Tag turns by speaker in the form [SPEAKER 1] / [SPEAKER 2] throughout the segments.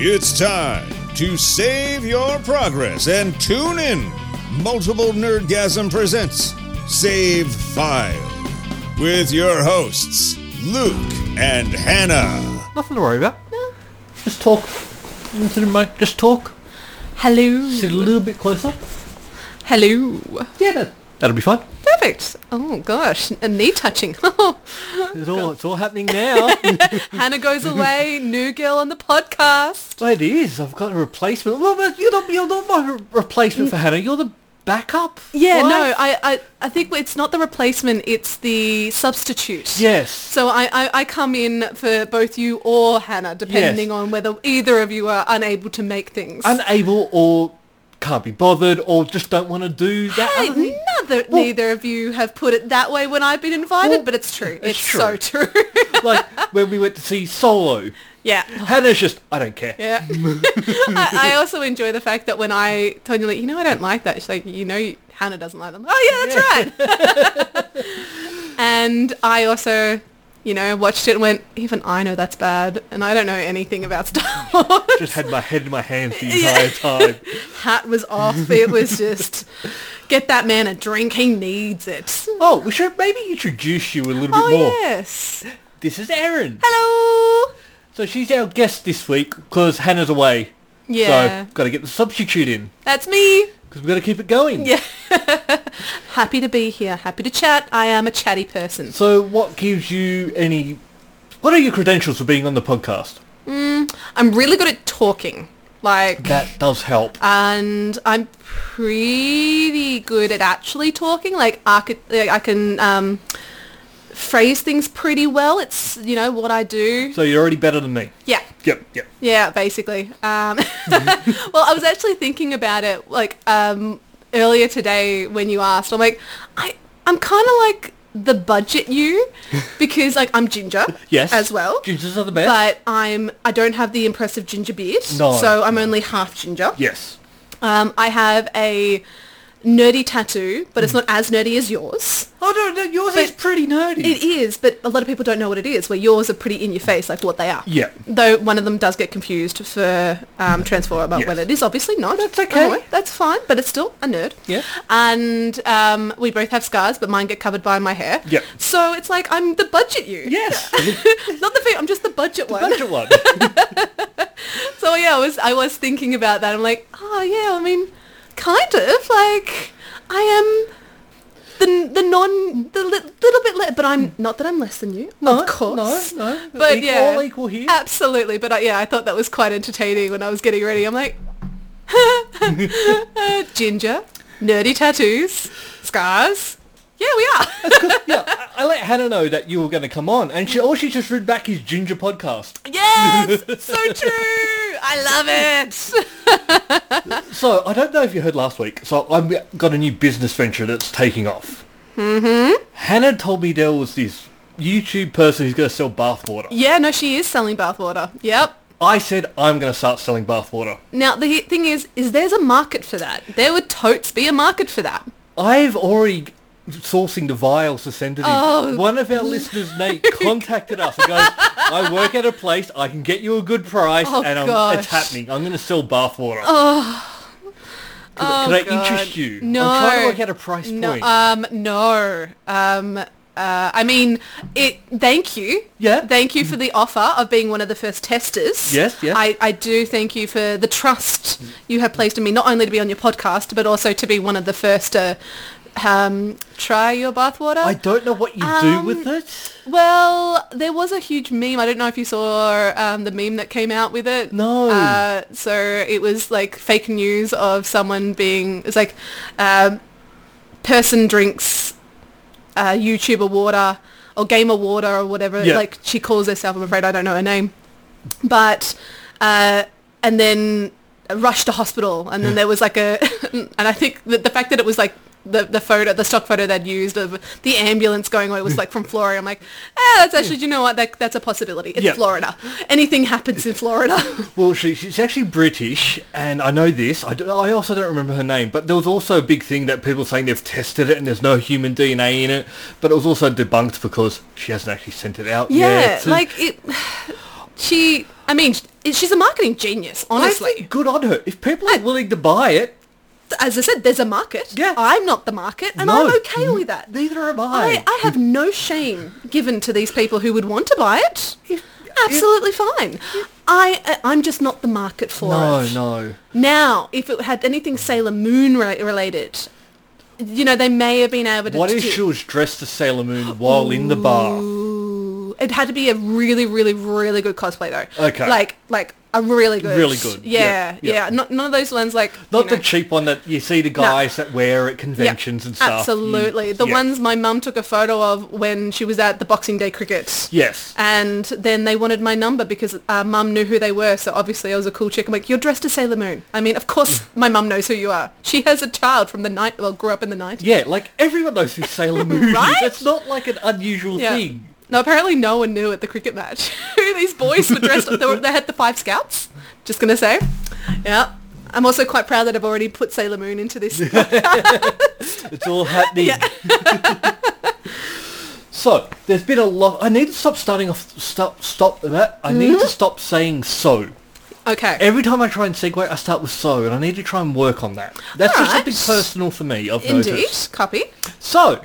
[SPEAKER 1] It's time to save your progress and tune in. Multiple Nerdgasm presents Save File with your hosts, Luke and Hannah.
[SPEAKER 2] Nothing to worry about. Just talk into the mic. Just talk. Sit a
[SPEAKER 3] Hello.
[SPEAKER 2] little bit closer.
[SPEAKER 3] Hello.
[SPEAKER 2] Yeah, that, that'll be fine.
[SPEAKER 3] Perfect. Oh gosh, a knee touching.
[SPEAKER 2] It's all it's all happening now.
[SPEAKER 3] Hannah goes away. New girl on the podcast.
[SPEAKER 2] well, it is. I've got a replacement. Well, but you're not you're not my re- replacement for Hannah. You're the backup.
[SPEAKER 3] Yeah,
[SPEAKER 2] Why?
[SPEAKER 3] no, I, I, I think it's not the replacement. It's the substitute.
[SPEAKER 2] Yes.
[SPEAKER 3] So I, I, I come in for both you or Hannah, depending
[SPEAKER 2] Yes.
[SPEAKER 3] on whether either of you are unable to make things.
[SPEAKER 2] Unable or can't be bothered or just don't want to do that.
[SPEAKER 3] Hey,
[SPEAKER 2] other thing.
[SPEAKER 3] neither,
[SPEAKER 2] Well-
[SPEAKER 3] neither of you have put it that way when I've been invited,
[SPEAKER 2] Well,
[SPEAKER 3] but it's true.
[SPEAKER 2] it's
[SPEAKER 3] It's, so true.
[SPEAKER 2] like when we went to see Solo.
[SPEAKER 3] yeah.
[SPEAKER 2] Hannah's just I don't care.
[SPEAKER 3] Yeah. I, I also enjoy the fact that when I told you, like, you know, I don't like that, she's like, you know, Hannah doesn't like them. Oh, yeah, that's right. and I also, you know, watched it and went, even I know that's bad, and I don't know anything about Star Wars.
[SPEAKER 2] Just had my head in my hands the
[SPEAKER 3] Yeah.
[SPEAKER 2] entire time.
[SPEAKER 3] Hat was off. It was just, get that man a drink. He needs it.
[SPEAKER 2] Oh, we should maybe introduce you a little bit
[SPEAKER 3] Oh,
[SPEAKER 2] more.
[SPEAKER 3] yes.
[SPEAKER 2] This is Erin.
[SPEAKER 3] Hello.
[SPEAKER 2] So she's our guest this week because Hannah's away.
[SPEAKER 3] Yeah.
[SPEAKER 2] So got to get the substitute in
[SPEAKER 3] That's me.
[SPEAKER 2] because we've got to keep it going.
[SPEAKER 3] Yeah. Happy to be here. Happy to chat. I am a chatty person.
[SPEAKER 2] So what gives you any? What are your credentials for being on the podcast?
[SPEAKER 3] I'm really good at talking. Like,
[SPEAKER 2] That does help.
[SPEAKER 3] and I'm pretty good at actually talking. Like, I, could, like, I can um, phrase things pretty well. It's, you know, what I do.
[SPEAKER 2] So you're already better than me.
[SPEAKER 3] yeah.
[SPEAKER 2] Yep. Yep.
[SPEAKER 3] Yeah, basically. Um, well, I was actually thinking about it, like, um, earlier today when you asked. I'm like, I, I'm kind of like the budget you because, like, I'm ginger
[SPEAKER 2] Yes.
[SPEAKER 3] as well.
[SPEAKER 2] Gingers are the best.
[SPEAKER 3] But I'm I don't have the impressive ginger beard,
[SPEAKER 2] No.
[SPEAKER 3] so I'm only half ginger.
[SPEAKER 2] yes.
[SPEAKER 3] Um, I have a nerdy tattoo, but it's
[SPEAKER 2] Hmm.
[SPEAKER 3] not as nerdy as yours.
[SPEAKER 2] Oh no, no yours is pretty nerdy.
[SPEAKER 3] It is, but a lot of people don't know what it is. Where yours are pretty in your face, like what they are.
[SPEAKER 2] Yeah.
[SPEAKER 3] Though one of them does get confused for um, Transformer,
[SPEAKER 2] Yes.
[SPEAKER 3] when it is obviously not. That's
[SPEAKER 2] okay.
[SPEAKER 3] that's fine, but it's still a nerd.
[SPEAKER 2] Yeah.
[SPEAKER 3] And um, we both have scars, but mine get covered by my hair.
[SPEAKER 2] Yep.
[SPEAKER 3] So it's like I'm the budget you.
[SPEAKER 2] yes.
[SPEAKER 3] Not the feet. I'm just the budget one.
[SPEAKER 2] Budget one.
[SPEAKER 3] So yeah, I was I was thinking about that. I'm like, oh yeah, I mean, kind of like I am the the non the li- little bit less, but I'm not that I'm less than you.
[SPEAKER 2] No,
[SPEAKER 3] of course.
[SPEAKER 2] no, no.
[SPEAKER 3] But
[SPEAKER 2] Equal-
[SPEAKER 3] yeah, Uh,
[SPEAKER 2] all equal here.
[SPEAKER 3] Absolutely, but I, yeah, I thought that was quite entertaining when I was getting ready. I'm like, ginger, nerdy tattoos, scars. Yeah, we are.
[SPEAKER 2] yeah. I, I let Hannah know that you were going to come on, and she all she just read back is Ginger podcast.
[SPEAKER 3] yes, so true. I love it.
[SPEAKER 2] So I don't know if you heard last week. So I've got a new business venture that's taking off. Mm-hmm. Hannah told me there was this YouTube person who's going to sell bathwater.
[SPEAKER 3] Yeah, no, she is selling bathwater. Yep.
[SPEAKER 2] I said I'm going to start selling bathwater.
[SPEAKER 3] Now the he- thing is, is there's a market for that. There would totes be a market for that.
[SPEAKER 2] I've already sourcing the vials to send to them.
[SPEAKER 3] Oh,
[SPEAKER 2] One of our listeners, Nate, contacted us and goes, I work at a place, I can get you a good price,
[SPEAKER 3] Oh,
[SPEAKER 2] and I'm,
[SPEAKER 3] gosh.
[SPEAKER 2] it's happening. I'm going to sell bathwater. Oh, could,
[SPEAKER 3] Oh,
[SPEAKER 2] could I
[SPEAKER 3] God.
[SPEAKER 2] interest you?
[SPEAKER 3] No.
[SPEAKER 2] I'm trying to work out a price
[SPEAKER 3] No,
[SPEAKER 2] point.
[SPEAKER 3] um, no. Um, uh, I mean, it. Thank you.
[SPEAKER 2] Yeah.
[SPEAKER 3] Thank you for the offer of being one of the first testers.
[SPEAKER 2] Yes, yes.
[SPEAKER 3] I, I do thank you for the trust you have placed in me, not only to be on your podcast, but also to be one of the first to um, try your bathwater.
[SPEAKER 2] I don't know what you
[SPEAKER 3] um,
[SPEAKER 2] do with it.
[SPEAKER 3] Well, there was a huge meme. I don't know if you saw um, the meme that came out with it.
[SPEAKER 2] No.
[SPEAKER 3] Uh, so it was like fake news of someone being. It's like um, person drinks uh, YouTuber water or gamer water or whatever.
[SPEAKER 2] Yeah.
[SPEAKER 3] Like she calls herself. I'm afraid I don't know her name, but uh, and then rushed to hospital. And
[SPEAKER 2] Hmm.
[SPEAKER 3] then there was like a. and I think that the fact that it was like. The, the photo the stock photo they'd used of the ambulance going away was like from Florida. I'm like, ah, that's actually, do you know what? That, that's a possibility. It's
[SPEAKER 2] Yeah.
[SPEAKER 3] Florida. Anything happens in Florida.
[SPEAKER 2] Well, she, she's actually British, and I know this. I, do- I also don't remember her name, but there was also a big thing that people saying they've tested it and there's no human DNA in it, but it was also debunked because she hasn't actually sent it out
[SPEAKER 3] Yeah,
[SPEAKER 2] yet.
[SPEAKER 3] like it. She I mean, sh- she's a marketing genius,
[SPEAKER 2] Honestly,
[SPEAKER 3] honestly.
[SPEAKER 2] good on her. If people are
[SPEAKER 3] I-
[SPEAKER 2] willing to buy it,
[SPEAKER 3] As I said, there's a market.
[SPEAKER 2] Yeah.
[SPEAKER 3] I'm not the market, and
[SPEAKER 2] no, Mm-hmm.
[SPEAKER 3] I'm okay with that.
[SPEAKER 2] Neither am I.
[SPEAKER 3] I, I have no shame given to these people who would want to buy it. Absolutely fine. I, I- I'm just not the market for
[SPEAKER 2] no,
[SPEAKER 3] it.
[SPEAKER 2] no.
[SPEAKER 3] Now, if it had anything Sailor Moon re- related, you know, they may have been able to...
[SPEAKER 2] What if
[SPEAKER 3] to-
[SPEAKER 2] she was dressed as Sailor Moon while in the bar?
[SPEAKER 3] Ooh. It had to be a really, really, really good cosplay though.
[SPEAKER 2] Okay.
[SPEAKER 3] Like, like a really good.
[SPEAKER 2] Really good.
[SPEAKER 3] Yeah,
[SPEAKER 2] Yeah,
[SPEAKER 3] yeah.
[SPEAKER 2] yeah.
[SPEAKER 3] Not none of those ones like.
[SPEAKER 2] Not
[SPEAKER 3] you
[SPEAKER 2] the
[SPEAKER 3] know.
[SPEAKER 2] cheap one that you see the guys that wear at
[SPEAKER 3] Yeah,
[SPEAKER 2] conventions and stuff. You-
[SPEAKER 3] Absolutely, the
[SPEAKER 2] yeah.
[SPEAKER 3] ones my mum took a photo of when she was at the Boxing Day cricket.
[SPEAKER 2] Yes.
[SPEAKER 3] And then they wanted my number because uh, mum knew who they were, so obviously I was a cool chick. I'm like, you're dressed as Sailor Moon. I mean, of
[SPEAKER 2] Mm.
[SPEAKER 3] course my mum knows who you are. She has a child from the night, well, grew up in the 90s.
[SPEAKER 2] Yeah, like everyone knows who Sailor Moon
[SPEAKER 3] Right?
[SPEAKER 2] is. It's not like an unusual
[SPEAKER 3] Yeah.
[SPEAKER 2] thing.
[SPEAKER 3] No, apparently no one knew at the cricket match who these boys were dressed up. They, were, they had the five scouts. Just gonna say, yeah. I'm also quite proud that I've already put Sailor Moon into this.
[SPEAKER 2] It's all happening. so there's been a lot. I need to stop starting off. Stop. Stop that. I need
[SPEAKER 3] Mm-hmm.
[SPEAKER 2] to stop saying so.
[SPEAKER 3] Okay.
[SPEAKER 2] Every time I try and segue, I start with so, and I need to try and work on that. That's just
[SPEAKER 3] Alright.
[SPEAKER 2] something personal for me. I've
[SPEAKER 3] Indeed.
[SPEAKER 2] noticed.
[SPEAKER 3] Copy.
[SPEAKER 2] So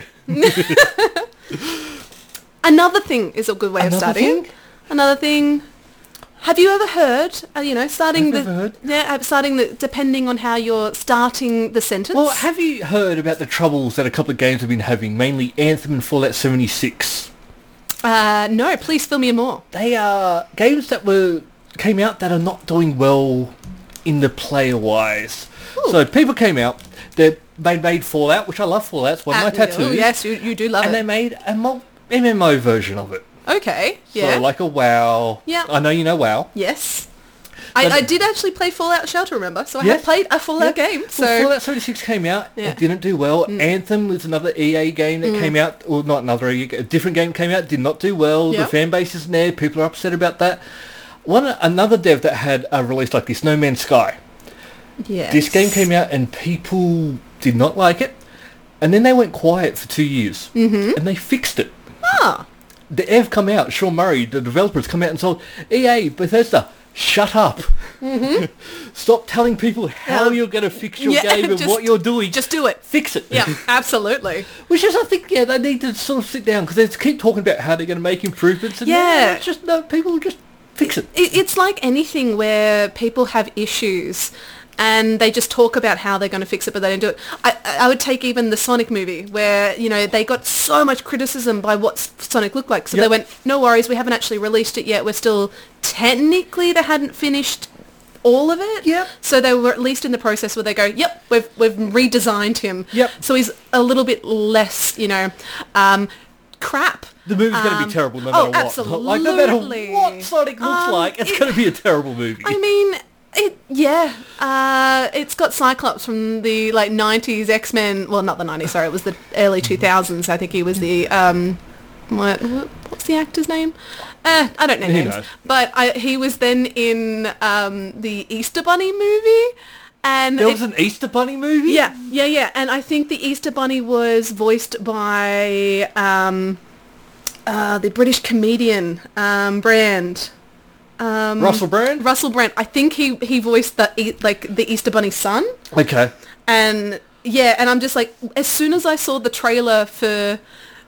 [SPEAKER 3] Another thing is a good way of
[SPEAKER 2] Another
[SPEAKER 3] starting.
[SPEAKER 2] thing?
[SPEAKER 3] Another thing. Have you ever heard? Uh, you know, starting
[SPEAKER 2] I've
[SPEAKER 3] the
[SPEAKER 2] never heard.
[SPEAKER 3] yeah, uh, starting the depending on how you're starting the sentence.
[SPEAKER 2] Well, have you heard about the troubles that a couple of games have been having, mainly Anthem and Fallout 76?
[SPEAKER 3] uh, no, please fill me in more.
[SPEAKER 2] They are games that were came out that are not doing well in the player wise. So people came out, they they made Fallout, which I love Fallout, it's one of
[SPEAKER 3] Uh,
[SPEAKER 2] my
[SPEAKER 3] yeah,
[SPEAKER 2] tattoos,
[SPEAKER 3] oh, yes, you, you do love
[SPEAKER 2] and they
[SPEAKER 3] it.
[SPEAKER 2] made a mul- MMO version of it.
[SPEAKER 3] okay. Yeah.
[SPEAKER 2] So like a WoW.
[SPEAKER 3] Yeah.
[SPEAKER 2] I know you know WoW.
[SPEAKER 3] Yes. I,
[SPEAKER 2] But-
[SPEAKER 3] I did actually play Fallout Shelter, remember? So I
[SPEAKER 2] Yes.
[SPEAKER 3] had played a Fallout
[SPEAKER 2] Yeah.
[SPEAKER 3] game.
[SPEAKER 2] Well,
[SPEAKER 3] So
[SPEAKER 2] Fallout 76 came out.
[SPEAKER 3] Yeah. Mm.
[SPEAKER 2] It didn't do well. Anthem was another EA game that came out, or not another, EA, a different game came out, did not do well.
[SPEAKER 3] Yeah.
[SPEAKER 2] The fan base isn't there. People are upset about that. One another dev that had a release like this, No Man's Sky.
[SPEAKER 3] yes.
[SPEAKER 2] This game came out and people did not like it, and then they went quiet for two years, mm-hmm. and they fixed it.
[SPEAKER 3] Ah,
[SPEAKER 2] The Ev come out, Sean Murray, the developers come out and told EA, Bethesda, shut up. Stop telling people how
[SPEAKER 3] Um,
[SPEAKER 2] you're going to fix your
[SPEAKER 3] Mm-hmm. yeah,
[SPEAKER 2] game and
[SPEAKER 3] just-
[SPEAKER 2] what you're doing.
[SPEAKER 3] just do it.
[SPEAKER 2] fix it.
[SPEAKER 3] Yeah, absolutely.
[SPEAKER 2] Which is, I think, yeah, they need to sort of sit down because they keep talking about how they're going to make improvements. And
[SPEAKER 3] Yeah.
[SPEAKER 2] no, it's just no, people just fix it.
[SPEAKER 3] It, it's like anything where people have issues and they just talk about how they're going to fix it, but they don't do it. I, I I would take even the Sonic movie where, you know, they got so much criticism by what S- Sonic looked like. So they
[SPEAKER 2] Yep.
[SPEAKER 3] went, no worries, we haven't actually released it yet. We're still technically, they hadn't finished all of it.
[SPEAKER 2] Yep.
[SPEAKER 3] So they were at least in the process where they go, yep, we've, we've redesigned him.
[SPEAKER 2] Yep.
[SPEAKER 3] So he's a little bit less, you know, um, crap.
[SPEAKER 2] The movie's going to
[SPEAKER 3] Um,
[SPEAKER 2] be terrible no matter
[SPEAKER 3] oh,
[SPEAKER 2] what. Like, no matter
[SPEAKER 3] absolutely.
[SPEAKER 2] what Sonic looks
[SPEAKER 3] Um,
[SPEAKER 2] like, it's
[SPEAKER 3] it-
[SPEAKER 2] going to be a terrible movie.
[SPEAKER 3] I mean, it yeah. Uh, it's got Cyclops from the like '90s X Men. Well, not the '90s. Sorry, it was the early
[SPEAKER 2] Mm-hmm.
[SPEAKER 3] 2000s. I think he was the um, what, what's the actor's name? Uh, I don't know
[SPEAKER 2] Who
[SPEAKER 3] names.
[SPEAKER 2] knows?
[SPEAKER 3] But I, he was then in um, the Easter Bunny movie, and
[SPEAKER 2] there
[SPEAKER 3] it-
[SPEAKER 2] was an Easter Bunny movie?
[SPEAKER 3] yeah, yeah, yeah. And I think the Easter Bunny was voiced by um, uh, the British comedian um, Brand. Um,
[SPEAKER 2] Russell Brand?
[SPEAKER 3] Russell Brand. I think he he voiced the E- like the Easter Bunny son,
[SPEAKER 2] Okay.
[SPEAKER 3] and yeah, and I'm just like, as soon as I saw the trailer for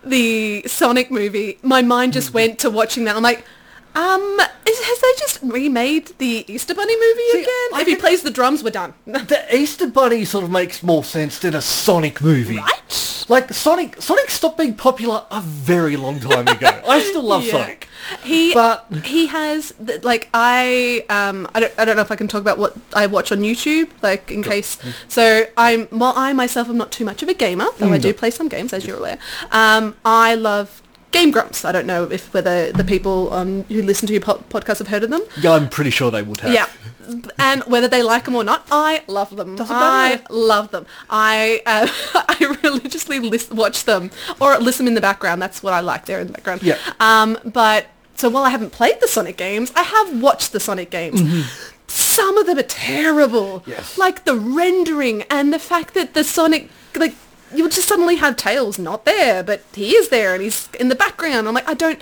[SPEAKER 3] the Sonic movie, my mind
[SPEAKER 2] Hmm.
[SPEAKER 3] just went to watching that. I'm like. Um, is, has they just remade the Easter Bunny movie
[SPEAKER 2] See,
[SPEAKER 3] again?
[SPEAKER 2] I
[SPEAKER 3] if he
[SPEAKER 2] think-
[SPEAKER 3] plays the drums, we're done.
[SPEAKER 2] The Easter Bunny sort of makes more sense than a Sonic movie.
[SPEAKER 3] right?
[SPEAKER 2] Like, Sonic Sonic stopped being popular a very long time ago. I still love
[SPEAKER 3] Yeah.
[SPEAKER 2] Sonic.
[SPEAKER 3] He
[SPEAKER 2] But-
[SPEAKER 3] he has th- like I um I don't I don't know if I can talk about what I watch on YouTube like in case so I'm well I myself am not too much of a gamer though
[SPEAKER 2] Mm.
[SPEAKER 3] I do play some games as you're aware um I love Game Grumps I don't know if whether the people um who listen to your po- podcast have heard of them
[SPEAKER 2] Yeah, I'm pretty sure they would have.
[SPEAKER 3] yeah. And whether they like them or not, I love them.
[SPEAKER 2] Doesn't
[SPEAKER 3] I
[SPEAKER 2] matter.
[SPEAKER 3] love them. I uh, I religiously list, watch them or listen in the background. That's what I like. They're in the background.
[SPEAKER 2] Yeah.
[SPEAKER 3] Um, but so while I haven't played the Sonic games, I have watched the Sonic games. Some of them are terrible.
[SPEAKER 2] Mm-hmm. Yes.
[SPEAKER 3] Like the rendering and the fact that the Sonic like you'll just suddenly have Tails not there, but he is there and he's in the background. I'm like, I don't.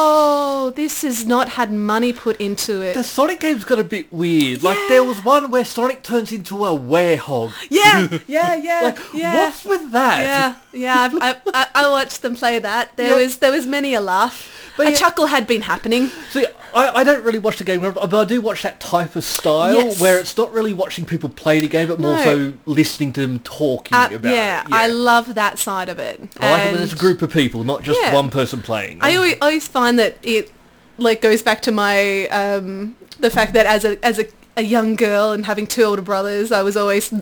[SPEAKER 3] Oh, this has not had money put into it.
[SPEAKER 2] The Sonic games got a bit weird. Like there was one where Sonic turns into a werehog.
[SPEAKER 3] yeah, yeah, yeah,
[SPEAKER 2] Like
[SPEAKER 3] yeah.
[SPEAKER 2] what's with that?
[SPEAKER 3] Yeah, yeah. I've, I've, I, I watched them play that. There
[SPEAKER 2] Yeah.
[SPEAKER 3] was there was many a laugh.
[SPEAKER 2] But
[SPEAKER 3] a
[SPEAKER 2] yeah-
[SPEAKER 3] chuckle had been happening.
[SPEAKER 2] See, I, I don't really watch the game, but I do watch that type of style
[SPEAKER 3] Yes.
[SPEAKER 2] where it's not really watching people play the game, but more
[SPEAKER 3] No.
[SPEAKER 2] so listening to them talking
[SPEAKER 3] Uh,
[SPEAKER 2] about
[SPEAKER 3] yeah,
[SPEAKER 2] it.
[SPEAKER 3] I love that side of it.
[SPEAKER 2] I like it when
[SPEAKER 3] And
[SPEAKER 2] it's a group of people, not just
[SPEAKER 3] Yeah.
[SPEAKER 2] one person playing.
[SPEAKER 3] I always, always find that it like goes back to my um, the fact that as a as a, a young girl and having two older brothers, I was always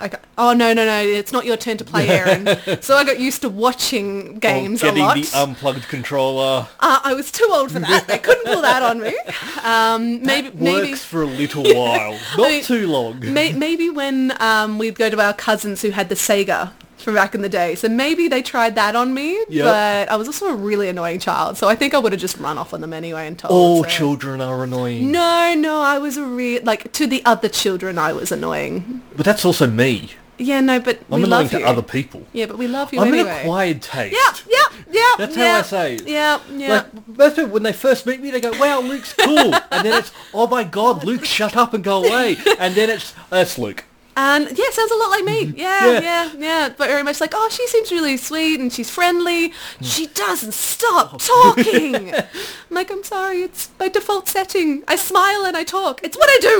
[SPEAKER 3] like, oh no no no, it's not your turn to play, Aaron. so I got used to watching
[SPEAKER 2] Or
[SPEAKER 3] games a
[SPEAKER 2] getting
[SPEAKER 3] lot.
[SPEAKER 2] the unplugged controller
[SPEAKER 3] uh, I was too old for that. They couldn't pull that on me. Um, maybe maybe
[SPEAKER 2] works for a little while, not
[SPEAKER 3] mean,
[SPEAKER 2] too long.
[SPEAKER 3] May- maybe when um, we'd go to our cousins who had the Sega from back in the day. So maybe they tried that on me,
[SPEAKER 2] Yep.
[SPEAKER 3] but I was also a really annoying child. So I think I would have just run off on them anyway and told
[SPEAKER 2] All
[SPEAKER 3] them. so-
[SPEAKER 2] children are annoying,
[SPEAKER 3] No, no, I was a real, like, to the other children I was annoying.
[SPEAKER 2] but that's also me.
[SPEAKER 3] Yeah, no, but
[SPEAKER 2] I'm
[SPEAKER 3] we
[SPEAKER 2] annoying
[SPEAKER 3] love
[SPEAKER 2] to
[SPEAKER 3] you.
[SPEAKER 2] other people.
[SPEAKER 3] yeah, but we love you
[SPEAKER 2] I'm an
[SPEAKER 3] anyway.
[SPEAKER 2] acquired taste.
[SPEAKER 3] yeah, yeah, yeah.
[SPEAKER 2] That's how I
[SPEAKER 3] yeah,
[SPEAKER 2] say it.
[SPEAKER 3] Yeah, yeah.
[SPEAKER 2] Like most people, when they first meet me, they go, "Wow, Luke's cool," and then it's, "Oh my God, Luke, shut up and go away," and then it's, "That's Luke."
[SPEAKER 3] And Um, yeah, sounds a lot like me. Yeah,
[SPEAKER 2] Mm-hmm. Yeah.
[SPEAKER 3] yeah, yeah, But very much like, oh, she seems really sweet and she's
[SPEAKER 2] Mm.
[SPEAKER 3] friendly. She doesn't stop talking. I'm like, I'm sorry, it's my default setting. I smile and I talk. It's what I do.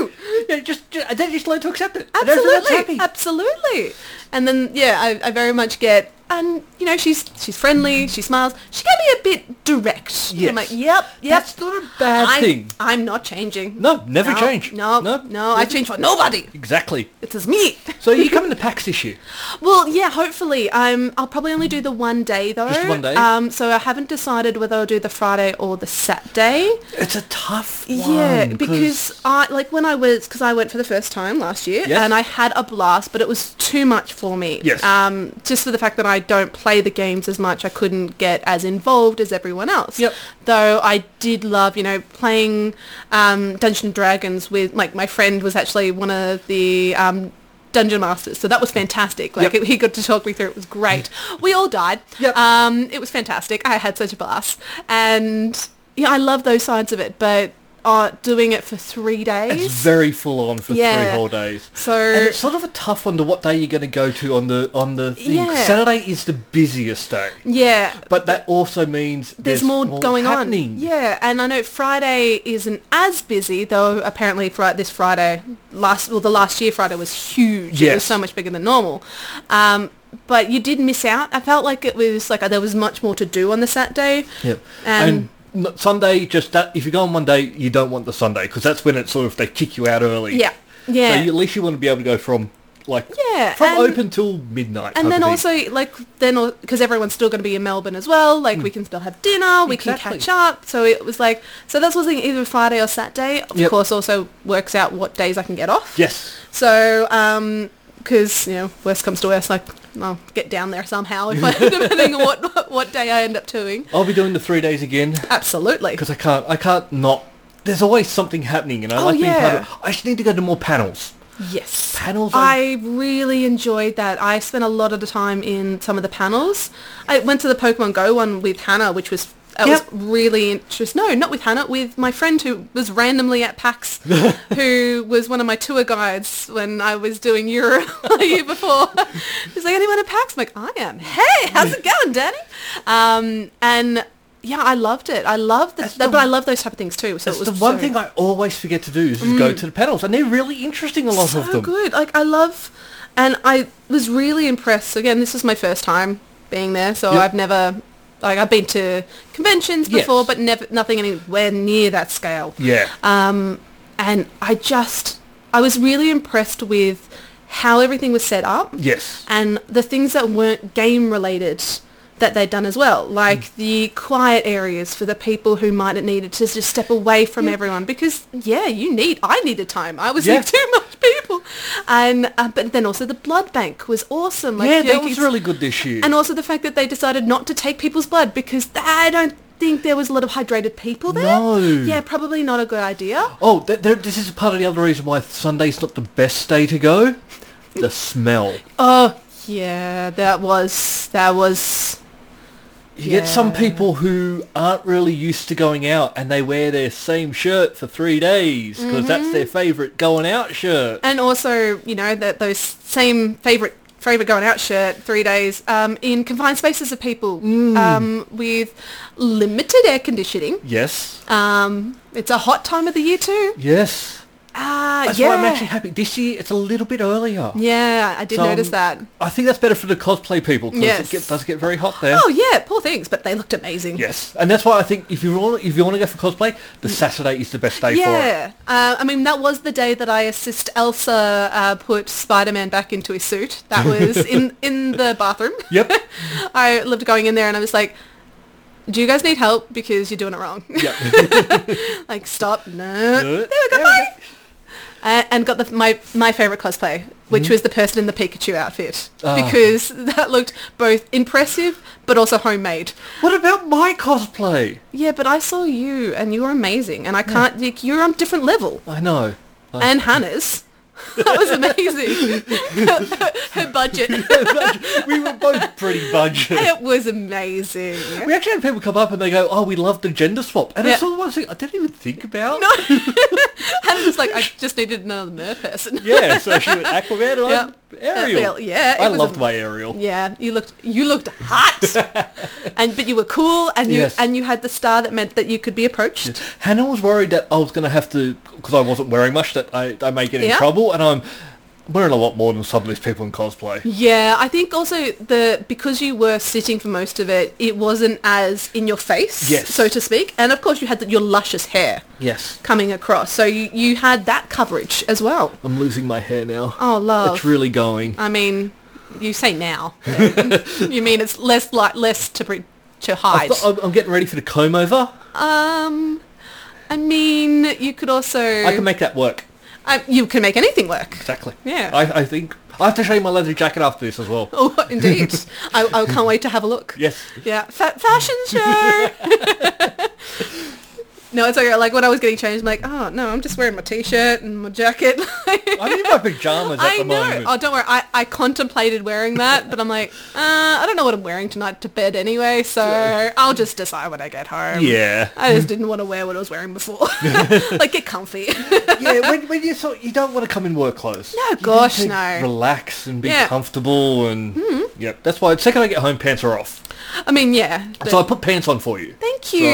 [SPEAKER 2] Yeah, just, just and then just learn to accept it. And everyone else is
[SPEAKER 3] Absolutely,
[SPEAKER 2] happy.
[SPEAKER 3] absolutely. And then yeah, I, I very much get. And you know, she's she's friendly. She smiles. She can be a bit direct.
[SPEAKER 2] Mm-hmm. Yes.
[SPEAKER 3] I'm like, yep, yep.
[SPEAKER 2] That's not a bad
[SPEAKER 3] I,
[SPEAKER 2] thing.
[SPEAKER 3] I'm not changing.
[SPEAKER 2] No, never change.
[SPEAKER 3] No,
[SPEAKER 2] No,
[SPEAKER 3] no, no. I change for nobody.
[SPEAKER 2] Exactly.
[SPEAKER 3] It's just me.
[SPEAKER 2] So you come in the PAX this year.
[SPEAKER 3] Well, yeah, hopefully. I'm. I'll probably only do the one day though.
[SPEAKER 2] Just one day?
[SPEAKER 3] Um, so I haven't decided whether I'll do the Friday or the Saturday.
[SPEAKER 2] It's a tough one.
[SPEAKER 3] Yeah, because I like when I was because I went for the first time last year
[SPEAKER 2] Yes.
[SPEAKER 3] and I had a blast, but it was too much for me.
[SPEAKER 2] Yes.
[SPEAKER 3] Um, just for the fact that I don't play the games as much, I couldn't get as involved as everyone else.
[SPEAKER 2] Yep.
[SPEAKER 3] Though I did love, you know, playing um, Dungeons and Dragons with like my friend was actually one of the. Um, Dungeon Masters, so that was fantastic. Like
[SPEAKER 2] Yep.
[SPEAKER 3] it, he got to talk me through. It was great. We all died.
[SPEAKER 2] Yep.
[SPEAKER 3] Um, it was fantastic. I had such a blast, and yeah, I love those sides of it. But uh, doing it for three
[SPEAKER 2] it's Er
[SPEAKER 3] days,
[SPEAKER 2] very full on for three
[SPEAKER 3] Yeah.
[SPEAKER 2] whole days. And
[SPEAKER 3] so
[SPEAKER 2] it's sort of a tough one to what day you're going to go to on the on the thing.
[SPEAKER 3] Yeah.
[SPEAKER 2] Saturday is the busiest day,
[SPEAKER 3] yeah,
[SPEAKER 2] but that also means
[SPEAKER 3] there's, more, going
[SPEAKER 2] happening.
[SPEAKER 3] on. Yeah, and I know Friday isn't as busy though. Apparently, Fri this Friday, last well, the last year Friday was huge. It
[SPEAKER 2] Yes.
[SPEAKER 3] was so much bigger than normal. Um, but you did miss out. I felt like it was like there was much more to do on the Saturday.
[SPEAKER 2] Yep.
[SPEAKER 3] And-
[SPEAKER 2] and n- Sunday, just that if you go on one day, you don't want the Sunday because that's when it's sort of they kick you out early.
[SPEAKER 3] Yeah, yeah.
[SPEAKER 2] So you, at least you want to be able to go from like
[SPEAKER 3] Yeah,
[SPEAKER 2] from
[SPEAKER 3] and-
[SPEAKER 2] open till midnight. type
[SPEAKER 3] and then
[SPEAKER 2] of thing.
[SPEAKER 3] also like then because everyone's still going to be in Melbourne as well. Like
[SPEAKER 2] Hmm.
[SPEAKER 3] we can still have dinner, we
[SPEAKER 2] Exactly.
[SPEAKER 3] can catch up. So it was like so that's was either Friday or Saturday. Of
[SPEAKER 2] Yep.
[SPEAKER 3] course, also works out what days I can get off.
[SPEAKER 2] yes,
[SPEAKER 3] So um 'cause because you know worst comes to worst, like I'll get down there somehow if I, depending on what what day I end up doing.
[SPEAKER 2] I'll be doing the three days again
[SPEAKER 3] Absolutely.
[SPEAKER 2] because I can't I can't not. There's always something happening, and I
[SPEAKER 3] Oh,
[SPEAKER 2] like being part
[SPEAKER 3] yeah.
[SPEAKER 2] of. it. I just need to go to more panels.
[SPEAKER 3] Yes.
[SPEAKER 2] Panels are-
[SPEAKER 3] I really enjoyed that. I spent a lot of the time in some of the panels. I went to the Pokemon Go one with Hannah, which was that
[SPEAKER 2] Yep.
[SPEAKER 3] was really interesting. No, not with Hannah, with my friend who was randomly at PAX, who was one of my tour guides when I was doing Europe the year before. She's like, anyone at PAX? I'm like, I am. Hey, how's it going, Danny? Um, and yeah, I loved it. I loved that,
[SPEAKER 2] the-
[SPEAKER 3] but I love those type of things too. So
[SPEAKER 2] That's
[SPEAKER 3] it was
[SPEAKER 2] the one
[SPEAKER 3] so- Mm.
[SPEAKER 2] thing I always forget to do is just go to the panels, and they're really interesting. A lot
[SPEAKER 3] so
[SPEAKER 2] of them.
[SPEAKER 3] good. Like I love, and I was really impressed. Again, this is my first time being there, so
[SPEAKER 2] Yep.
[SPEAKER 3] I've never like I've been to conventions
[SPEAKER 2] Yes. Mm.
[SPEAKER 3] before, but never nothing anywhere near that scale.
[SPEAKER 2] Yeah.
[SPEAKER 3] Um, and I just I was really impressed with how everything was set up
[SPEAKER 2] yes.
[SPEAKER 3] and the things that weren't game related that they'd done as well, like
[SPEAKER 2] Mm.
[SPEAKER 3] the quiet areas for the people who might have needed to just step away from everyone because yeah, you need I needed time. I was
[SPEAKER 2] Yeah.
[SPEAKER 3] with too much people, and uh, but then also the blood bank was awesome. Like,
[SPEAKER 2] yeah,
[SPEAKER 3] you know,
[SPEAKER 2] that was
[SPEAKER 3] it's-
[SPEAKER 2] really good this year.
[SPEAKER 3] and also the fact that they decided not to take people's blood because I don't think there was a lot of hydrated people there.
[SPEAKER 2] No.
[SPEAKER 3] Yeah, probably not a good idea.
[SPEAKER 2] Oh, th- there, this is part of the other reason why Sunday's not the best day to go. The smell.
[SPEAKER 3] Oh Yeah, that was that was
[SPEAKER 2] You get some people who aren't really used to going out and they wear their same shirt for three days because that's
[SPEAKER 3] Mm-hmm.
[SPEAKER 2] their favourite going out shirt.
[SPEAKER 3] and also you know that those same favorite favorite going out shirt three days um, in confined spaces of people
[SPEAKER 2] Mm.
[SPEAKER 3] um, with limited air conditioning.
[SPEAKER 2] Yes.
[SPEAKER 3] Um, it's a hot time of the year too.
[SPEAKER 2] Yes.
[SPEAKER 3] Uh,
[SPEAKER 2] That's
[SPEAKER 3] yeah,
[SPEAKER 2] why I'm actually happy. This year it's a little bit earlier.
[SPEAKER 3] yeah, I did
[SPEAKER 2] So, um,
[SPEAKER 3] notice that.
[SPEAKER 2] I think that's better for the cosplay people because
[SPEAKER 3] Yes.
[SPEAKER 2] it get, does get very hot there.
[SPEAKER 3] Oh yeah, poor things, but they looked amazing.
[SPEAKER 2] Yes, and that's why I think if you want if you want to go for cosplay, the Saturday is the best day for it.
[SPEAKER 3] Yeah, uh, I mean that was the day that I assist Elsa uh, put Spider-Man back into his suit. That was in in the bathroom.
[SPEAKER 2] Yep.
[SPEAKER 3] I lived going in there and I was like, "Do you guys need help? Because you're doing it wrong."
[SPEAKER 2] Yep.
[SPEAKER 3] like, stop. No.
[SPEAKER 2] There we
[SPEAKER 3] go, bye. Uh, and got the, my my favorite cosplay, which was the person in the Pikachu outfit,
[SPEAKER 2] Mm-hmm. Ah.
[SPEAKER 3] because that looked both impressive but also homemade.
[SPEAKER 2] What about my cosplay?
[SPEAKER 3] Yeah, but I saw you and you were amazing, and I can't. Like, you're on a different level.
[SPEAKER 2] I know. I-
[SPEAKER 3] and Hannah's. That was amazing. her, budget.
[SPEAKER 2] we were both pretty budget.
[SPEAKER 3] it was amazing.
[SPEAKER 2] We actually had people come up and they go, "Oh, we love the gender swap," and
[SPEAKER 3] Yeah.
[SPEAKER 2] it's all one thing I didn't even think about.
[SPEAKER 3] Hannah was like, I just needed another mer person.
[SPEAKER 2] Yeah, so she went Aquaman and I'm Ariel.
[SPEAKER 3] Ariel, yeah, it
[SPEAKER 2] I
[SPEAKER 3] was
[SPEAKER 2] loved
[SPEAKER 3] a-
[SPEAKER 2] my Ariel.
[SPEAKER 3] Yeah, you looked you looked hot, and but you were cool, and you
[SPEAKER 2] Yes.
[SPEAKER 3] and you had the star that meant that you could be approached.
[SPEAKER 2] Hannah was worried that I was going to have to, because I wasn't wearing much, that I, I may get in
[SPEAKER 3] Yeah.
[SPEAKER 2] trouble, and I'm wearing a lot more than some of these people in cosplay.
[SPEAKER 3] Yeah, I think also the because you were sitting for most of it, it wasn't as in your face,
[SPEAKER 2] Yes.
[SPEAKER 3] so to speak, and of course you had the, your luscious hair
[SPEAKER 2] Yes.
[SPEAKER 3] coming across, so you you had that coverage as well.
[SPEAKER 2] I'm losing my hair now.
[SPEAKER 3] Oh, love.
[SPEAKER 2] It's really going.
[SPEAKER 3] I mean, you say now. you mean it's less like less to pre- to
[SPEAKER 2] I
[SPEAKER 3] hide.
[SPEAKER 2] thought- I'm, I'm getting ready for the comb over.
[SPEAKER 3] um, I mean, you could also
[SPEAKER 2] I can make that work.
[SPEAKER 3] I- you can make anything work.
[SPEAKER 2] Exactly.
[SPEAKER 3] Yeah.
[SPEAKER 2] I, I think I have to show you my leather jacket after this as well.
[SPEAKER 3] Oh, indeed. I, I can't wait to have a look.
[SPEAKER 2] Yes.
[SPEAKER 3] Yeah. Fa- fashion show. no, it's okay. Like when I was getting changed, I'm like, oh no, I'm just wearing my t-shirt and my jacket.
[SPEAKER 2] I'm in my pajamas at
[SPEAKER 3] I
[SPEAKER 2] the
[SPEAKER 3] know.
[SPEAKER 2] moment.
[SPEAKER 3] Oh, don't worry. I, I contemplated wearing that, but I'm like, uh, I don't know what I'm wearing tonight to bed anyway, so I'll just decide when I get home.
[SPEAKER 2] Yeah.
[SPEAKER 3] I just didn't want to wear what I was wearing before. like, get comfy.
[SPEAKER 2] yeah, when, when you sort, you don't want to come in work clothes.
[SPEAKER 3] No,
[SPEAKER 2] You need
[SPEAKER 3] gosh,
[SPEAKER 2] to
[SPEAKER 3] no.
[SPEAKER 2] Relax and be
[SPEAKER 3] Yeah. Hmm.
[SPEAKER 2] comfortable and yep. That's why the second I get home, pants are off.
[SPEAKER 3] I mean, yeah. but-
[SPEAKER 2] So I put pants on for you.
[SPEAKER 3] thank
[SPEAKER 2] So,
[SPEAKER 3] you.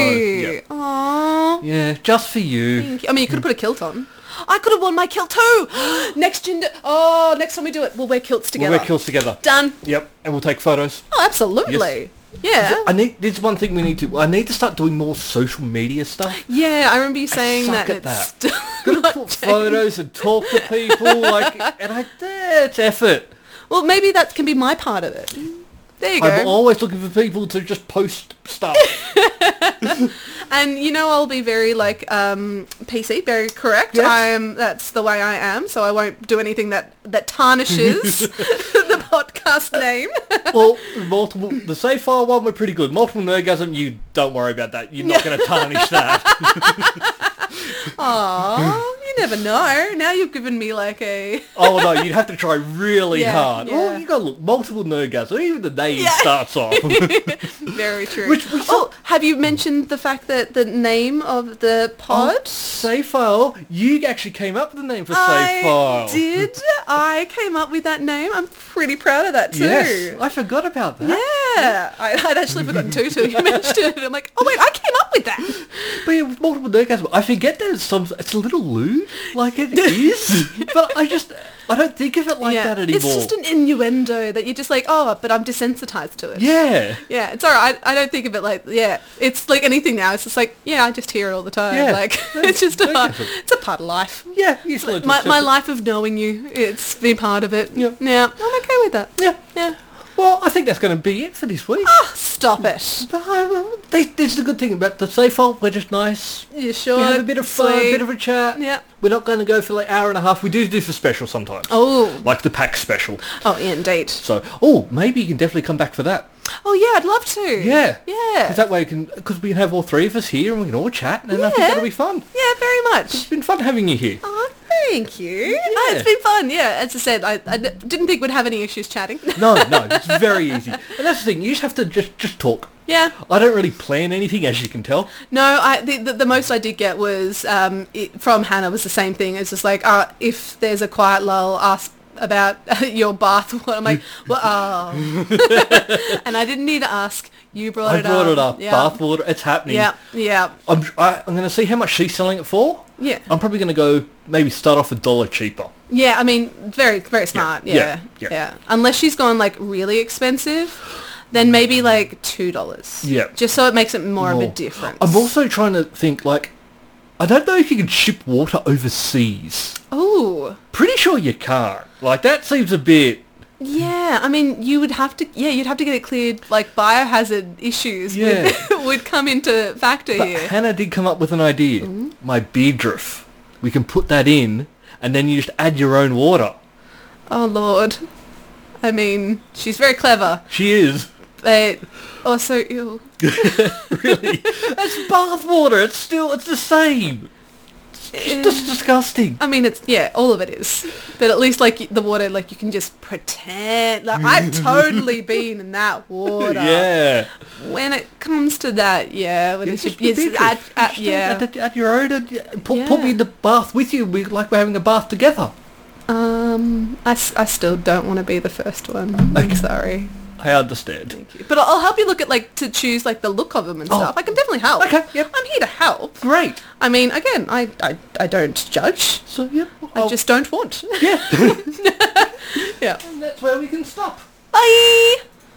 [SPEAKER 2] yeah.
[SPEAKER 3] Aw.
[SPEAKER 2] Yeah, just for you.
[SPEAKER 3] Thank you. I mean, you could have put a kilt on. I could have worn my kilt too. next gender. Oh, next time we do it, we'll wear kilts
[SPEAKER 2] We'll
[SPEAKER 3] together.
[SPEAKER 2] wear kilts together.
[SPEAKER 3] Done.
[SPEAKER 2] Yep, and we'll take photos.
[SPEAKER 3] Oh, absolutely. Yeah.
[SPEAKER 2] I need. There's one thing we need to. I need to start doing more social media stuff.
[SPEAKER 3] Yeah, I remember you saying
[SPEAKER 2] suck
[SPEAKER 3] that.
[SPEAKER 2] at
[SPEAKER 3] It's
[SPEAKER 2] that.
[SPEAKER 3] still not
[SPEAKER 2] Put
[SPEAKER 3] changed.
[SPEAKER 2] photos and talk to people. Like, and I. Yeah, it's effort.
[SPEAKER 3] Well, maybe that can be my part of it. There you
[SPEAKER 2] I'm
[SPEAKER 3] go.
[SPEAKER 2] always looking for people to just post stuff.
[SPEAKER 3] and you know, I'll be very like um, PC, very correct.
[SPEAKER 2] Yes.
[SPEAKER 3] I'm. That's the way I am. So I won't do anything that that tarnishes the podcast name.
[SPEAKER 2] well, multiple. The safe file one, we're pretty good. Multiple nergasm, you don't worry about that. You're not going to tarnish that.
[SPEAKER 3] Aw, you never know. Now you've given me like a.
[SPEAKER 2] oh no, you'd have to try really
[SPEAKER 3] Yeah,
[SPEAKER 2] hard.
[SPEAKER 3] yeah.
[SPEAKER 2] Well, you got to look multiple nergasm. Even the name
[SPEAKER 3] Yeah.
[SPEAKER 2] starts off.
[SPEAKER 3] Very true.
[SPEAKER 2] Which we
[SPEAKER 3] oh, have you mentioned the fact that the name of the
[SPEAKER 2] Oh,
[SPEAKER 3] pod?
[SPEAKER 2] safe file. You actually came up with the name for safe
[SPEAKER 3] I
[SPEAKER 2] file.
[SPEAKER 3] did. I came up with that name. I'm pretty proud of that too.
[SPEAKER 2] Yes, I forgot about that.
[SPEAKER 3] Yeah, I, I'd actually forgotten too till you mentioned it. I'm like, oh wait, I came up with that.
[SPEAKER 2] But yeah, with multiple orgasm, I forget that it's some. It's a little lewd, like it is. but I just, I don't think of it like
[SPEAKER 3] yeah,
[SPEAKER 2] that anymore.
[SPEAKER 3] it's just an innuendo that you're just like, oh, but I'm desensitized to it.
[SPEAKER 2] yeah,
[SPEAKER 3] Yeah, it's alright. I, I don't think of it like yeah. It's like anything now. It's just like yeah, I just hear it all the time.
[SPEAKER 2] Yeah.
[SPEAKER 3] Like it's just a
[SPEAKER 2] Don't
[SPEAKER 3] part,
[SPEAKER 2] give a-
[SPEAKER 3] it's a part of life.
[SPEAKER 2] yeah. You just
[SPEAKER 3] My, my life of knowing you, it's been part of it.
[SPEAKER 2] Yeah.
[SPEAKER 3] Yeah, I'm okay with that.
[SPEAKER 2] Yeah.
[SPEAKER 3] Yeah.
[SPEAKER 2] Well, I think that's going to be it for this week.
[SPEAKER 3] Oh, stop it.
[SPEAKER 2] But I, this, this is the good thing about the safe fault. We're just nice.
[SPEAKER 3] You sure?
[SPEAKER 2] We have a bit of fun, a
[SPEAKER 3] Sweet.
[SPEAKER 2] bit of a chat.
[SPEAKER 3] Yeah.
[SPEAKER 2] We're not going to go for like hour and a half. We do do for special sometimes.
[SPEAKER 3] Oh.
[SPEAKER 2] Like the pack special.
[SPEAKER 3] Oh, indeed.
[SPEAKER 2] So, oh, maybe you can definitely come back for that.
[SPEAKER 3] Oh yeah, I'd love to.
[SPEAKER 2] Yeah.
[SPEAKER 3] Yeah.
[SPEAKER 2] Because that way we can, because we can have all three of us here and we can all chat and I think
[SPEAKER 3] Yeah.
[SPEAKER 2] that'll be fun.
[SPEAKER 3] yeah, very much.
[SPEAKER 2] It's been fun having you here.
[SPEAKER 3] Aw, very Thank you. Oh, it's been fun. Yeah, as I said, I, I d- didn't think we'd have any issues chatting.
[SPEAKER 2] No, no, it's very easy. And that's the thing, you just have to just, just talk.
[SPEAKER 3] yeah.
[SPEAKER 2] I don't really plan anything, as you can tell.
[SPEAKER 3] No, I the, the, the most I did get was um, it, from Hannah was the same thing. It's just like, uh, if there's a quiet lull, ask about your bath. water. I'm like, well, oh. and I didn't need to ask. You brought
[SPEAKER 2] I
[SPEAKER 3] it
[SPEAKER 2] brought
[SPEAKER 3] up.
[SPEAKER 2] it up.
[SPEAKER 3] Yeah.
[SPEAKER 2] Bathwater, it's happening.
[SPEAKER 3] Yeah, yeah.
[SPEAKER 2] I'm, I, I'm going to see how much she's selling it for.
[SPEAKER 3] Yeah.
[SPEAKER 2] I'm probably going to go maybe start off a dollar cheaper.
[SPEAKER 3] Yeah, I mean, very, very smart.
[SPEAKER 2] yeah,
[SPEAKER 3] Yeah.
[SPEAKER 2] yeah.
[SPEAKER 3] Yeah. Unless she's gone like really expensive, then maybe like two dollars.
[SPEAKER 2] Yeah.
[SPEAKER 3] Just so it makes it more, of
[SPEAKER 2] More.
[SPEAKER 3] a difference.
[SPEAKER 2] I'm also trying to think, like, I don't know if you can ship water overseas.
[SPEAKER 3] Oh.
[SPEAKER 2] Pretty sure you can't. Like, that seems a bit...
[SPEAKER 3] Yeah, I mean, you would have to. Yeah, you'd have to get it cleared. Like biohazard issues
[SPEAKER 2] Yeah.
[SPEAKER 3] would, would come into factor
[SPEAKER 2] But
[SPEAKER 3] here.
[SPEAKER 2] Hannah did come up with an idea.
[SPEAKER 3] Mm-hmm.
[SPEAKER 2] My Beedriff. We can put that in, and then you just add your own water.
[SPEAKER 3] Oh lord. I mean, she's very clever,
[SPEAKER 2] She is.
[SPEAKER 3] but also ill.
[SPEAKER 2] Really? That's bathwater. It's still... It's the same. It's just disgusting.
[SPEAKER 3] I mean, it's yeah, all of it is. But at least like the water, like you can just pretend. Like I've totally been in that water.
[SPEAKER 2] Yeah.
[SPEAKER 3] When it comes to that, yeah, when it's,
[SPEAKER 2] Just
[SPEAKER 3] it's,
[SPEAKER 2] ridiculous.
[SPEAKER 3] at, at,
[SPEAKER 2] Just
[SPEAKER 3] yeah.
[SPEAKER 2] At, at your own, at, put, put me
[SPEAKER 3] Yeah.
[SPEAKER 2] in the bath with you. We like we're having a bath together.
[SPEAKER 3] Um, I, s- I still don't want to be the first one.
[SPEAKER 2] Okay.
[SPEAKER 3] I'm sorry.
[SPEAKER 2] I understand.
[SPEAKER 3] Thank you. But I'll help you look at like to choose like the look of them and
[SPEAKER 2] Oh.
[SPEAKER 3] stuff. I can definitely help.
[SPEAKER 2] Okay, yep.
[SPEAKER 3] I'm here to help.
[SPEAKER 2] Great.
[SPEAKER 3] I mean, again, I I, I don't judge.
[SPEAKER 2] So yeah,
[SPEAKER 3] I just don't want.
[SPEAKER 2] Oh. yeah.
[SPEAKER 3] yeah.
[SPEAKER 2] and that's where we can stop.
[SPEAKER 3] Bye.